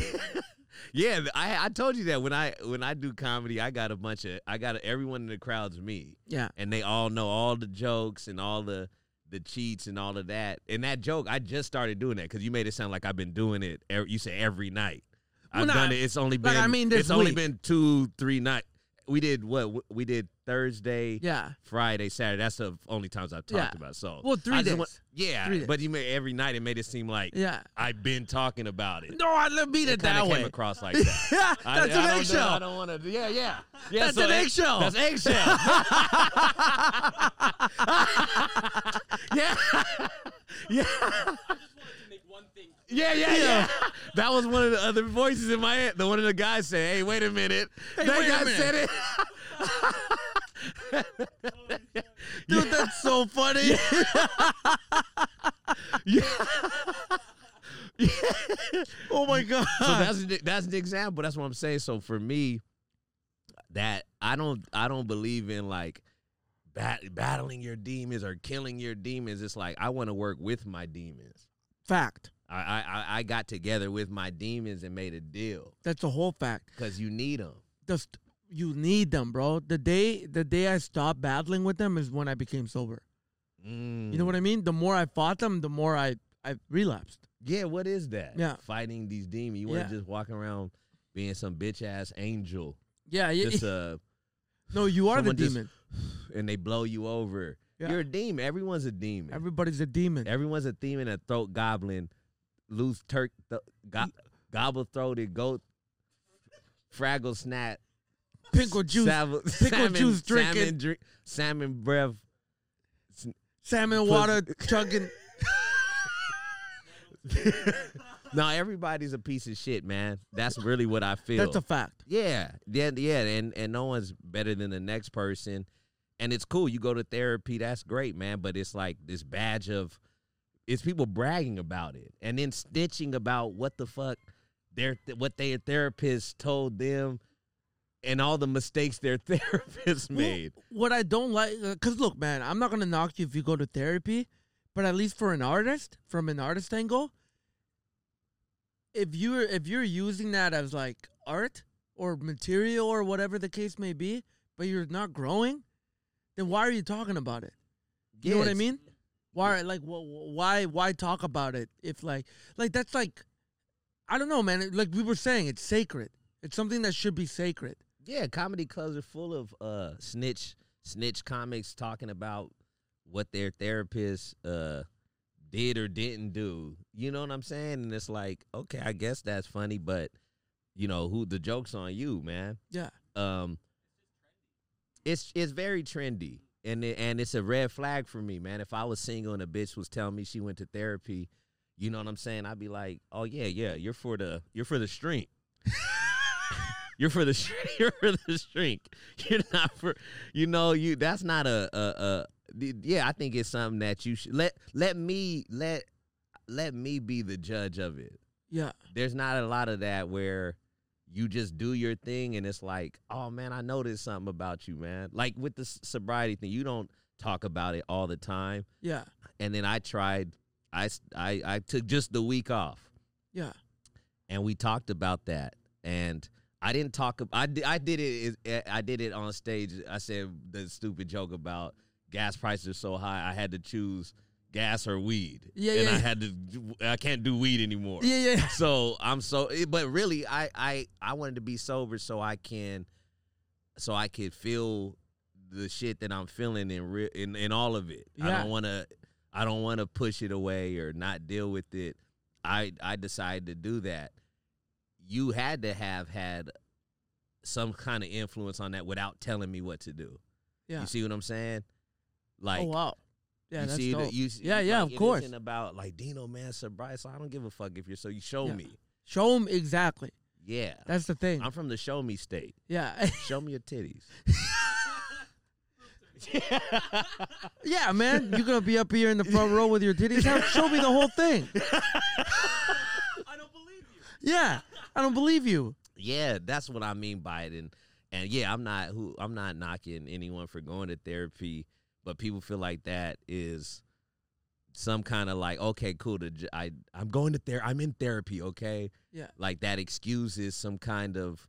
Speaker 1: Yeah, th- I I told you that when I when I do comedy, I got a bunch of I got everyone in the crowd's me,
Speaker 2: Yeah.
Speaker 1: and they all know all the jokes and all the the cheats and all of that. And that joke, I just started doing that because you made it sound like I've been doing it. Every, you say every night. I've
Speaker 2: Well, nah,
Speaker 1: done it. It's only been
Speaker 2: like, I mean, this
Speaker 1: it's only
Speaker 2: week.
Speaker 1: been two three night. We did what W- we did Thursday,
Speaker 2: Yeah.
Speaker 1: Friday, Saturday. That's the only times I've
Speaker 2: Yeah.
Speaker 1: talked about. it. So
Speaker 2: Well, three
Speaker 1: I just
Speaker 2: days.
Speaker 1: yeah,
Speaker 2: Three days.
Speaker 1: but you made every night it made it seem like
Speaker 2: Yeah.
Speaker 1: I've been talking about it.
Speaker 2: No, I let beat it,
Speaker 1: It kinda
Speaker 2: that
Speaker 1: came
Speaker 2: way.
Speaker 1: across like
Speaker 2: Yeah,
Speaker 1: that.
Speaker 2: that's
Speaker 1: I- I don't
Speaker 2: an
Speaker 1: know, I
Speaker 2: eggshell.
Speaker 1: don't want to. Yeah, yeah. yeah
Speaker 2: That's an
Speaker 1: egg-
Speaker 2: eggshell.
Speaker 1: That's eggshell. yeah. Yeah.
Speaker 3: To make one thing
Speaker 1: Yeah, yeah, yeah. That was one of the other voices in my head. The one of the guys said, "Hey, wait a minute." that
Speaker 2: wait a
Speaker 1: guy
Speaker 2: minute.
Speaker 1: said it.
Speaker 2: Dude, that's so funny. oh my god.
Speaker 1: so that's an- that's an example. That's what I'm saying. So for me, that I don't I don't believe in like bat, battling your demons or killing your demons. It's like I want to work with my demons.
Speaker 2: fact.
Speaker 1: I, I I- I got together with my demons and made a deal
Speaker 2: That's a whole fact.
Speaker 1: because you need them.
Speaker 2: Just you need them, bro. The day the day I stopped battling with them is when I became sober. You
Speaker 1: Mm.
Speaker 2: know what I mean? The more I fought them, the more I I relapsed.
Speaker 1: Yeah. What is that?
Speaker 2: Yeah.
Speaker 1: Fighting these demons. You weren't
Speaker 2: Yeah.
Speaker 1: just walking around being some bitch ass angel.
Speaker 2: Yeah, yeah.
Speaker 1: Just uh,
Speaker 2: no, you are the
Speaker 1: someone just-
Speaker 2: demon.
Speaker 1: and they blow you over.
Speaker 2: Yeah.
Speaker 1: You're a demon. Everyone's a demon.
Speaker 2: Everybody's a demon.
Speaker 1: Everyone's a theme in a throat goblin, loose turk, th- go- gobble throated goat, fraggle snap,
Speaker 2: Pinkle juice.
Speaker 1: sav-
Speaker 2: pickle
Speaker 1: salmon,
Speaker 2: juice
Speaker 1: salmon
Speaker 2: drinking.
Speaker 1: dri- salmon breath, sn-
Speaker 2: salmon water chugging.
Speaker 1: no, everybody's a piece of shit, man. That's really what I feel.
Speaker 2: That's a fact.
Speaker 1: Yeah, yeah, yeah, and and no one's better than the next person, and it's cool. You go to therapy, that's great, man. But it's like this badge of, it's people bragging about it and then snitching about what the fuck their what their therapist told them, and all the mistakes their therapist
Speaker 2: Well,
Speaker 1: made.
Speaker 2: What I don't like, because look, man, I'm not gonna knock you if you go to therapy, but at least for an artist, from an artist angle, if you're if you're using that as like art or material or whatever the case may be, but you're not growing, then why are you talking about it? You know what I
Speaker 1: Yes.
Speaker 2: mean? Why like wh- wh- why why talk about it if like like that's like I don't know, man. Like we were saying, it's sacred. It's something that should be sacred.
Speaker 1: Yeah, comedy clubs are full of uh snitch snitch comics talking about what their therapist uh did or didn't do. You know what I'm saying? And it's like, okay, I guess that's funny, but you know, who the joke's on you, man.
Speaker 2: Yeah.
Speaker 1: Um it's it's very trendy. And it, and it's a red flag for me, man. If I was single and a bitch was telling me she went to therapy, you know what I'm saying? I'd be like, "Oh yeah, yeah, you're for the you're for the strength. You're for the str- you're for the strength. You're not for you know you. That's not a a, a the- yeah. I think it's something that you should let let me let let me be the judge of it.
Speaker 2: Yeah.
Speaker 1: There's not a lot of that where you just do your thing and it's like, oh man, I noticed something about you, man. Like with the s- sobriety thing, you don't talk about it all the time.
Speaker 2: Yeah.
Speaker 1: And then I tried, I s- I I took just the week off
Speaker 2: Yeah.
Speaker 1: and we talked about that and i didn't talk ab- i did, I did it is- eh, i did it on stage i said the stupid joke about gas prices are so high i had to choose gas or weed
Speaker 2: Yeah,
Speaker 1: and
Speaker 2: yeah,
Speaker 1: i
Speaker 2: yeah.
Speaker 1: had to do- i can't do weed anymore
Speaker 2: Yeah, yeah, yeah.
Speaker 1: so i'm so it- but really i i i wanted to be sober so i can so i could feel the shit that i'm feeling in real in, in all of it i
Speaker 2: Yeah.
Speaker 1: don't want to i don't want to push it away or not deal with it i i decided to do that you had to have had some kind of influence on that without telling me what to do
Speaker 2: Yeah.
Speaker 1: you see what i'm saying like
Speaker 2: oh wow. Yeah,
Speaker 1: you
Speaker 2: that's
Speaker 1: see,
Speaker 2: dope.
Speaker 1: The, you see,
Speaker 2: Yeah, yeah,
Speaker 1: like,
Speaker 2: of
Speaker 1: it
Speaker 2: course.
Speaker 1: isn't about like Dino man sobriety. So I don't give a fuck if you're so. You show
Speaker 2: Yeah.
Speaker 1: me,
Speaker 2: Show them exactly.
Speaker 1: yeah.
Speaker 2: That's the thing.
Speaker 1: I'm from the show me state.
Speaker 2: yeah,
Speaker 1: Show me your titties.
Speaker 2: yeah, man. You're gonna be up here in the front row with your titties out. Show me the whole thing.
Speaker 3: I don't believe you.
Speaker 2: Yeah, I don't believe you.
Speaker 1: yeah, that's what I mean by it. And and yeah, I'm not who I'm not knocking anyone for going to therapy, but people feel like that is some kind of like okay, cool. To, j- I I'm going to therapy. I'm in therapy. Okay,
Speaker 2: Yeah.
Speaker 1: like that excuses some kind of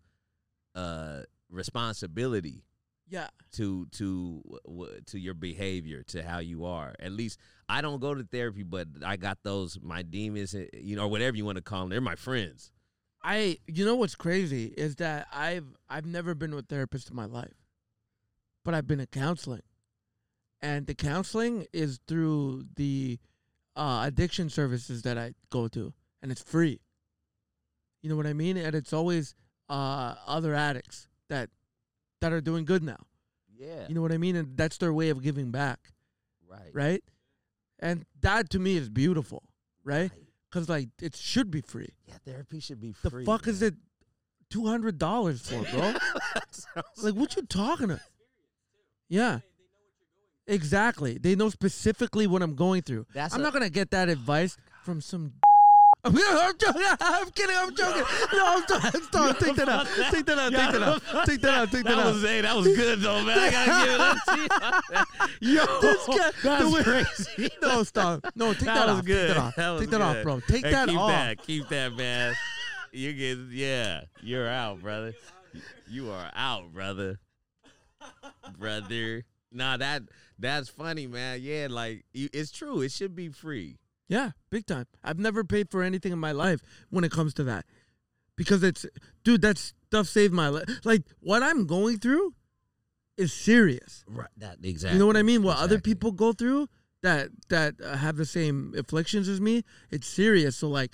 Speaker 1: uh responsibility.
Speaker 2: Yeah,
Speaker 1: to to w- to your behavior to how you are at least i don't go to therapy but i got those my demons eh, you know or whatever you want to call them they're my friends
Speaker 2: I. You know what's crazy is that I've I've never been with therapists in my life, but I've been in counseling, and the counseling is through the uh, addiction services that I go to, and it's free. You know what I mean? And it's always uh, other addicts that that are doing good now.
Speaker 1: yeah
Speaker 2: You know what I mean? And that's their way of giving back,
Speaker 1: right
Speaker 2: right? And that to me is beautiful, right?
Speaker 1: Right.
Speaker 2: Because like it should be free.
Speaker 1: yeah therapy should be
Speaker 2: The
Speaker 1: free
Speaker 2: fuck is
Speaker 1: man.
Speaker 2: it two hundred dollars for, bro? like what you talking about? Yeah. Exactly. They know specifically what I'm going through.
Speaker 1: That's
Speaker 2: I'm
Speaker 1: a- Oh,
Speaker 2: not gonna get that advice from some. I'm joking. I'm kidding. I'm joking. No, I'm joking. Stop. Take that out. Take that out. Take that out. Take that out. Take that
Speaker 1: that was
Speaker 2: out.
Speaker 1: hey, that was good though man i gotta give it up to you yo
Speaker 2: This guy-
Speaker 1: that's
Speaker 2: the way-
Speaker 1: crazy
Speaker 2: No, stop. No, take that,
Speaker 1: that was
Speaker 2: off.
Speaker 1: good.
Speaker 2: Take that off.
Speaker 1: was
Speaker 2: take that off,
Speaker 1: good.
Speaker 2: bro. Take
Speaker 1: Hey,
Speaker 2: that
Speaker 1: keep
Speaker 2: off.
Speaker 1: That, keep that, man. You get yeah. You're out, brother. You are out, brother. Brother. Nah, that that's funny, man. Yeah, like you, it's true. It should be free.
Speaker 2: Yeah, big time. I've never paid for anything in my life when it comes to that. Because it's dude, that stuff saved my life. Like what I'm going through is serious.
Speaker 1: Right. That exactly.
Speaker 2: You know what I mean? What other people go through that that uh, have the same afflictions as me, it's serious. So like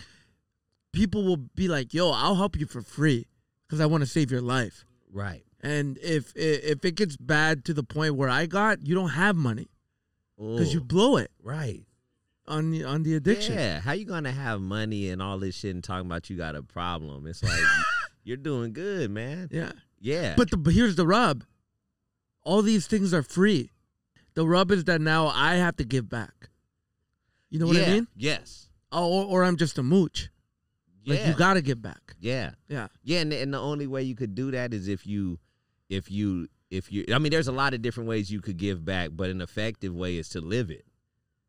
Speaker 2: people will be like, "Yo, I'll help you for free cuz I want to save your life."
Speaker 1: Right.
Speaker 2: And if if it gets bad to the point where I got, you don't have money. because you
Speaker 1: Ooh,
Speaker 2: blew it
Speaker 1: right.
Speaker 2: on the, on the addiction.
Speaker 1: Yeah, how you gonna have money and all this shit and talking about you got a problem? It's like you're doing good, man.
Speaker 2: Yeah.
Speaker 1: Yeah,
Speaker 2: But, the, but here's the rub. All these things are free. The rub is that now I have to give back. You know what
Speaker 1: Yeah,
Speaker 2: I mean?
Speaker 1: Yes.
Speaker 2: Or, or I'm just a mooch.
Speaker 1: Yeah.
Speaker 2: Like you got to give back.
Speaker 1: yeah.
Speaker 2: Yeah.
Speaker 1: Yeah, and, and the only way you could do that is if you, if you, if you. I mean, there's a lot of different ways you could give back, but an effective way is to live it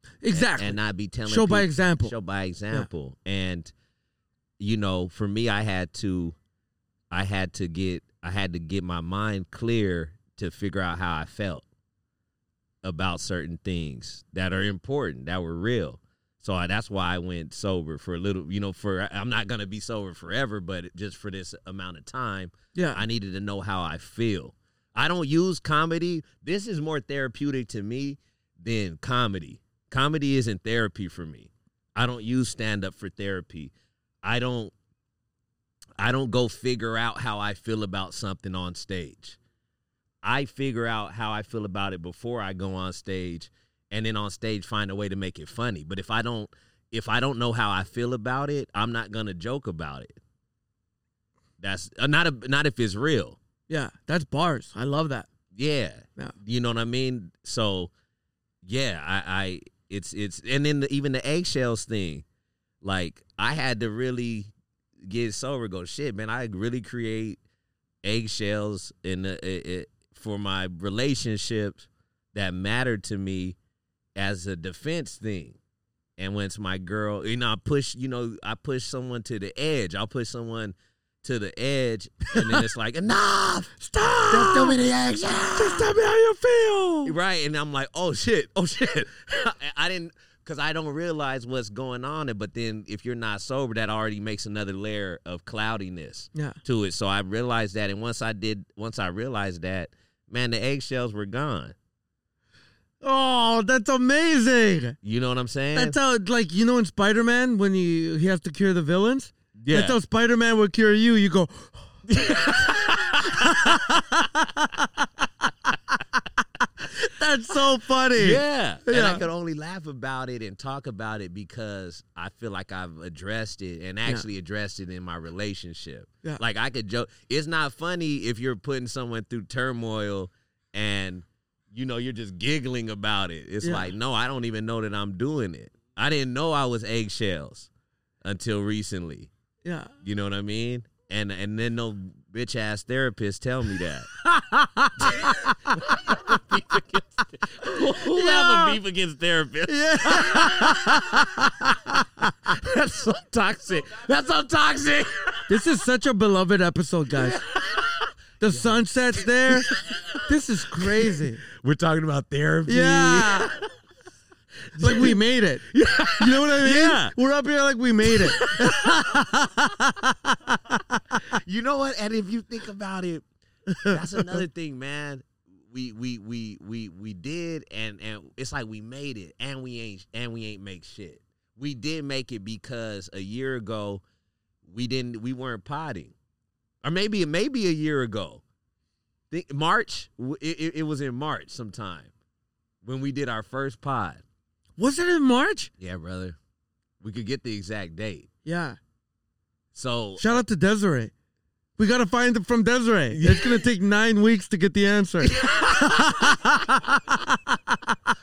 Speaker 1: and-
Speaker 2: Exactly.
Speaker 1: and not be telling.
Speaker 2: Show by
Speaker 1: people-
Speaker 2: example.
Speaker 1: Show by example, and you know, for me, I had to, I had to get, I had to get my mind clear to figure out how I felt about certain things that are important that were real. So I, that's why I went sober for a little, you know, for I'm not going to be sober forever, but just for this amount of time,
Speaker 2: yeah.
Speaker 1: I needed to know how I feel. I don't use comedy. This is more therapeutic to me than comedy. Comedy isn't therapy for me. I don't use stand up for therapy. I don't I don't go figure out how I feel about something on stage. I figure out how I feel about it before I go on stage and then on stage find a way to make it funny. But if I don't if I don't know how I feel about it, I'm not going to joke about it. That's uh, not a, not if it's real.
Speaker 2: yeah. That's bars. I love that.
Speaker 1: Yeah.
Speaker 2: Yeah.
Speaker 1: You know what I mean? So yeah, I, I it's it's and then the, even the eggshells thing, like I had to really get sober. and Go shit, man. I really create eggshells in the, it, it, for my relationships that matter to me as a defense thing. And when it's my girl, you know, I push, you know, I push someone to the edge. I'll push someone to the edge, and then it's like enough.
Speaker 2: Stop.
Speaker 1: Just do me the eggshells.
Speaker 2: Just tell me how you feel.
Speaker 1: Right. And I'm like, oh shit, oh shit. I- I didn't, because I don't realize what's going on. And But then if you're not sober, that already makes another layer of cloudiness
Speaker 2: Yeah.
Speaker 1: to it. So I realized that. And once I did, once I realized that, man, the eggshells were gone.
Speaker 2: Oh, that's amazing.
Speaker 1: You know what I'm saying?
Speaker 2: That's how, like, you know, in Spider Man, when he, he has to cure the villains,
Speaker 1: yeah.
Speaker 2: that's how Spider Man would cure you. You go, that's so funny.
Speaker 1: yeah. And I
Speaker 2: Yeah.
Speaker 1: could only laugh about it and talk about it because I feel like I've addressed it and actually addressed it in my relationship.
Speaker 2: Yeah.
Speaker 1: Like I could joke. It's not funny if you're putting someone through turmoil and you know you're just giggling about it. It's
Speaker 2: Yeah.
Speaker 1: like, no, I don't even know that I'm doing it. I didn't know I was eggshells until recently.
Speaker 2: Yeah.
Speaker 1: You know what I mean? And and then no bitch ass therapist tell me that. Who have a
Speaker 2: Yeah.
Speaker 1: beef against therapists?
Speaker 2: Yeah.
Speaker 1: That's so toxic. That's so toxic.
Speaker 2: This is such a beloved episode, guys. The sunset's there. This is crazy.
Speaker 1: We're talking about therapy.
Speaker 2: Yeah. like we made it. You know what I mean?
Speaker 1: Yeah.
Speaker 2: We're up here like we made it.
Speaker 1: You know what? And if you think about it, that's another thing, man. We we we we we did, and and it's like we made it, and we ain't and we ain't make shit. We did make it because a year ago, we didn't we weren't potting, or maybe maybe a year ago, think March. w- It, it, it was in March sometime when we did our first pod.
Speaker 2: Was it in March?
Speaker 1: Yeah, brother, we could get the exact date.
Speaker 2: Yeah.
Speaker 1: So
Speaker 2: Shout out to Desiree. We gotta find it from Desiree. It's gonna take nine weeks to get the answer.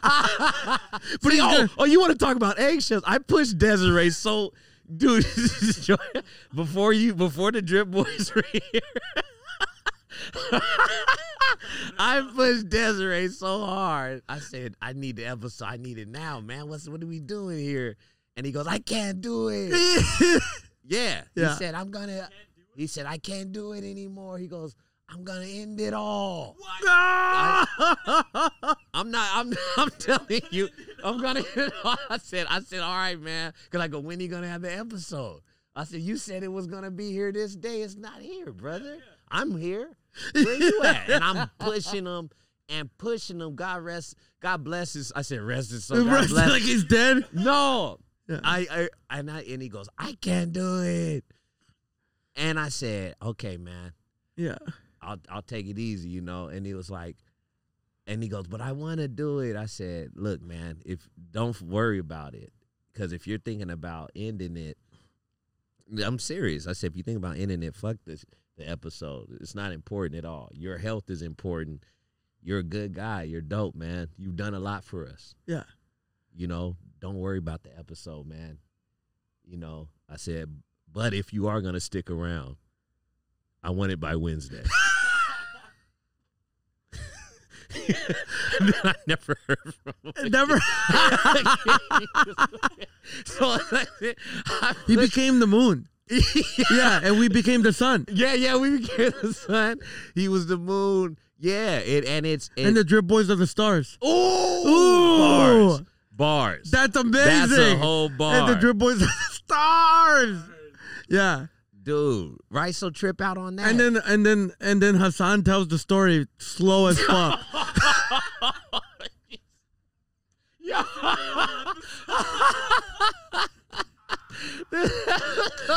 Speaker 1: But
Speaker 2: he's
Speaker 1: oh,
Speaker 2: gonna-
Speaker 1: oh, you want to talk about eggshells? I pushed Desiree so, dude. before you, before the drip boys were here, I pushed Desiree so hard. I said, "I need the episode. I need it now, man. What's what are we doing here?" And he goes, "I can't do it." yeah.
Speaker 2: Yeah.
Speaker 1: he said, "I'm gonna." He said, "I can't do it anymore." He goes, "I'm gonna end it all." I, am not. I'm. I'm telling you. I'm gonna. I said. I said. All right, man. Cause I go. When you gonna have the episode? I said. You said it was gonna be here this day. It's not here, brother. I'm here. Where you at? And I'm pushing them and pushing them. God rest. God bless his. I said rest his soul. God
Speaker 2: Rest
Speaker 1: bless.
Speaker 2: like he's dead.
Speaker 1: no.
Speaker 2: Yeah.
Speaker 1: I, I and I and he goes. I can't do it. And I said, okay, man.
Speaker 2: Yeah.
Speaker 1: I'll I'll take it easy, you know. And he was like, And he goes, "But I want to do it." I said, "Look, man, if don't worry about it, because if you're thinking about ending it, I'm serious. I said, if you think about ending it, fuck this the episode. It's not important at all. Your health is important. You're a good guy. You're dope, man. You've done a lot for us.
Speaker 2: Yeah.
Speaker 1: You know, don't worry about the episode, man. You know, I said, but if you are gonna stick around, I want it by Wednesday. And then I never heard from him.
Speaker 2: Never.
Speaker 1: so I
Speaker 2: he became the moon. yeah, and we became the sun
Speaker 1: Yeah, yeah, we became the sun. He was the moon. Yeah, it and it's it,
Speaker 2: and the drip boys of the stars.
Speaker 1: ooh,
Speaker 2: Ooh.
Speaker 1: bars, bars.
Speaker 2: That's amazing.
Speaker 1: That's a whole bar,
Speaker 2: and the drip boys of the stars. Yeah,
Speaker 1: dude. Right, so trip out on that.
Speaker 2: and then and then and then Hassan tells the story slow as fuck.
Speaker 1: yeah.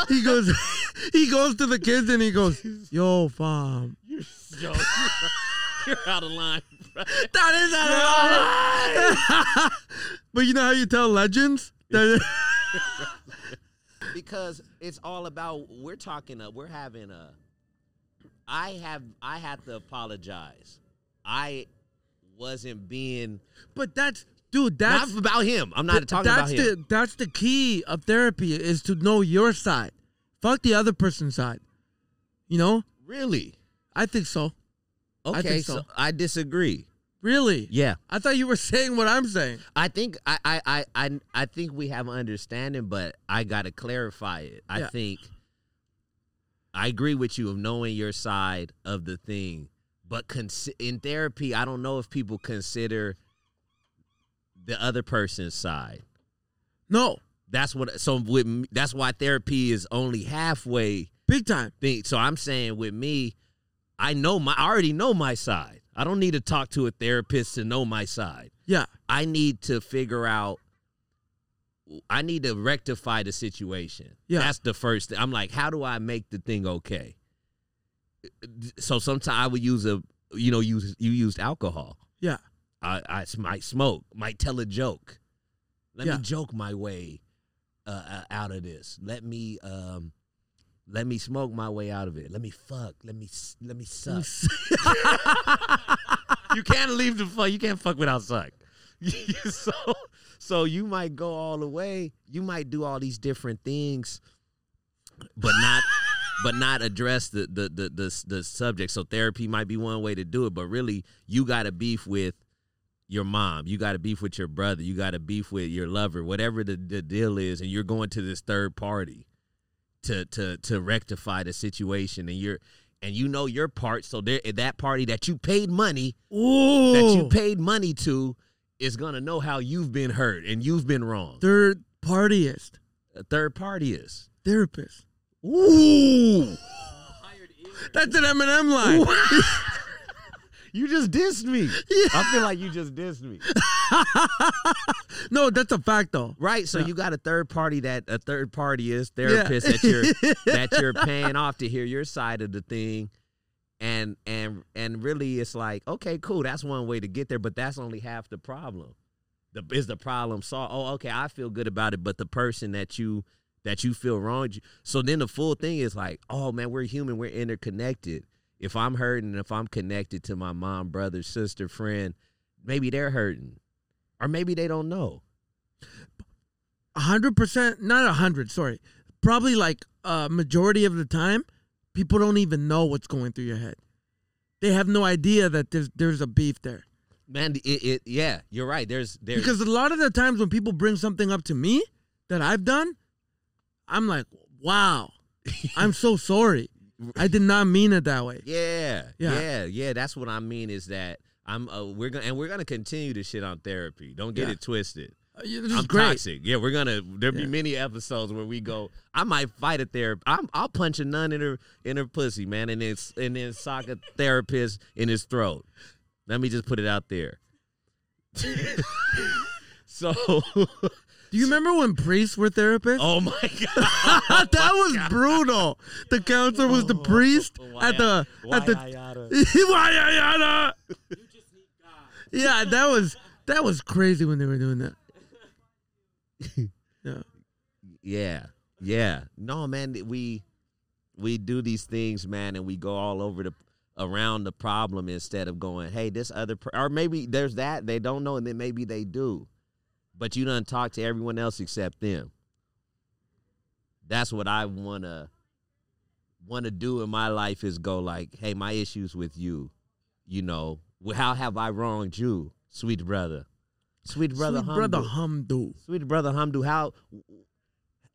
Speaker 2: he goes, he goes to the kids and he goes, "Yo, fam,
Speaker 1: you're so you're out of line. Bro.
Speaker 2: that is out of line." but you know how you tell legends? That-
Speaker 1: because it's all about we're talking a, we're having a i have i have to apologize i wasn't being
Speaker 2: but that's, dude, that's
Speaker 1: not about him i'm not talking
Speaker 2: that's
Speaker 1: about him
Speaker 2: the that's the key of therapy is to know your side. Fuck the other person's side. You know,
Speaker 1: really
Speaker 2: I think so.
Speaker 1: okay
Speaker 2: think
Speaker 1: so.
Speaker 2: so.
Speaker 1: i disagree
Speaker 2: Really?
Speaker 1: yeah
Speaker 2: I thought you were saying what I'm saying.
Speaker 1: i think i i i i, I think we have understanding but i gotta clarify it i
Speaker 2: Yeah.
Speaker 1: think i agree with you of knowing your side of the thing but cons- in therapy i don't know if people consider the other person's side
Speaker 2: No,
Speaker 1: That's what. So with me, that's why therapy is only halfway
Speaker 2: big time.
Speaker 1: thing. So I'm saying with me, I know my. I already know my side. I don't need to talk to a therapist to know my side.
Speaker 2: Yeah,
Speaker 1: I need to figure out. I need to rectify the situation.
Speaker 2: Yeah.
Speaker 1: that's the first thing. I'm like, how do I make the thing okay? So sometimes I would use a. You know, you you used alcohol.
Speaker 2: yeah,
Speaker 1: I, I s- might smoke, might tell a joke. Let
Speaker 2: Yeah.
Speaker 1: me joke my way uh, uh, out of this. Let me um, let me smoke my way out of it. Let me fuck. Let me s- let me suck. you can't leave the fuck. You can't fuck without suck. so so you might go all the way. You might do all these different things, but not. But not address the the, the the the subject. So therapy might be one way to do it, but really you got to beef with your mom, you got to beef with your brother, you got to beef with your lover, whatever the, the deal is, and you're going to this third party to to to rectify the situation, and you're and you know your part, so there that party that you paid money
Speaker 2: Ooh,
Speaker 1: that you paid money to is gonna know how you've been hurt and you've been wrong.
Speaker 2: third partyist,
Speaker 1: a third party is
Speaker 2: therapist.
Speaker 1: ooh,
Speaker 3: Hired ear.
Speaker 2: That's an Eminem line.
Speaker 1: you just dissed me. I feel like you just dissed me.
Speaker 2: No, that's a fact though.
Speaker 1: Right. So
Speaker 2: Yeah.
Speaker 1: you got a third party that a third party is therapist that you're that you're paying off to hear your side of the thing. And and and really it's like, okay, cool, that's one way to get there, but that's only half the problem. The is the problem solved. Oh, okay, I feel good about it, but the person that you that you feel wronged you. So then the full thing is like, oh man, we're human, we're interconnected. If I'm hurting, and if I'm connected to my mom, brother, sister, friend, maybe they're hurting. Or maybe they don't know.
Speaker 2: A hundred percent, not a hundred. Sorry, probably like a majority of the time, people don't even know what's going through your head. They have no idea that there's there's a beef there.
Speaker 1: Man, it, it yeah, you're right. There's there's
Speaker 2: Because a lot of the times when people bring something up to me that I've done, I'm like, wow, I'm so sorry. I did not mean it that way.
Speaker 1: yeah, yeah,
Speaker 2: Yeah.
Speaker 1: yeah, That's what I mean is that I'm uh, we're gonna and we're gonna continue to shit on therapy. Don't get
Speaker 2: Yeah.
Speaker 1: it twisted.
Speaker 2: Uh, yeah, This is
Speaker 1: I'm
Speaker 2: great.
Speaker 1: toxic. Yeah, we're gonna there be
Speaker 2: Yeah.
Speaker 1: many episodes where we go. I might fight a therapist. I'm, I'll punch a nun in her in her pussy, man, and then s- and then sock a therapist in his throat. Let me just put it out there. so,
Speaker 2: Do you remember when priests were therapists?
Speaker 1: oh my god.
Speaker 2: that was brutal. The counselor was the priest
Speaker 1: Oh, Why
Speaker 2: at the
Speaker 1: I- why I
Speaker 2: at
Speaker 1: uh,
Speaker 2: the.
Speaker 1: gotta-
Speaker 2: Why I gotta-
Speaker 3: You just need God.
Speaker 2: yeah, that was that was crazy when they were doing that. yeah.
Speaker 1: Yeah. Yeah. No, man, th- we we do these things, man, and we go all over the around the problem instead of going, "Hey, this other per-, or maybe there's that they don't know and then maybe they do." But you don't talk to everyone else except them. That's what I want to want to do in my life is go like, "Hey, my issues with you, you know, wh- how have I wronged you, sweet brother?" Sweet brother,
Speaker 2: Sweet brother
Speaker 1: humble.
Speaker 2: Humdu.
Speaker 1: Sweet brother Hamdu, how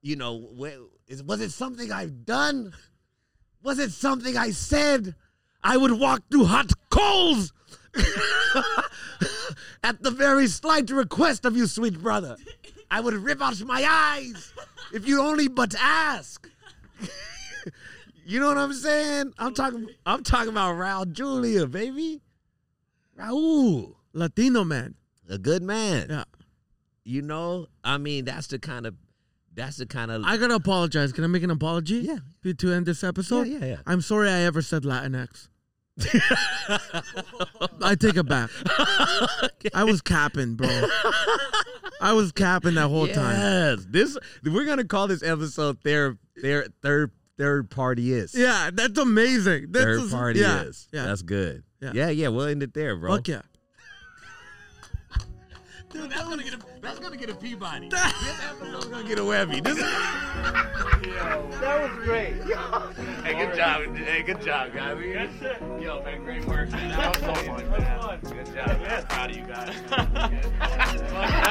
Speaker 1: you know wh- is, was it something I've done? Was it something I said? I would walk through hot coals at the very slight request of you, sweet brother. I would rip out my eyes if you only but ask. you know what I'm saying? I'm talking. I'm talking about Raul Julia, baby. Raul,
Speaker 2: Latino man.
Speaker 1: a good man
Speaker 2: Yeah.
Speaker 1: you know i mean that's the kind of that's the kind of
Speaker 2: I gotta apologize. Can I make an apology?
Speaker 1: Yeah.
Speaker 2: To- To end this episode?
Speaker 1: Yeah, yeah, yeah.
Speaker 2: I'm sorry I ever said Latinx. I take it back. I was capping, bro. I was capping that whole time.
Speaker 1: yes this we're gonna call this episode their their third third party is
Speaker 2: Yeah, that's amazing. That's
Speaker 1: third
Speaker 2: just-
Speaker 1: party
Speaker 2: yeah,
Speaker 1: is
Speaker 2: Yeah.
Speaker 1: that's good
Speaker 2: Yeah.
Speaker 1: yeah. yeah we'll end it there bro
Speaker 2: Fuck yeah.
Speaker 1: Dude, that's gonna get a that's gonna get a peabody this episode's gonna get a webby this
Speaker 5: That was great.
Speaker 6: Hey, good job. Hey, good job, guys. Good shit. Yo, man, great work. man. That was so much, man. Good job, man. Proud of you guys.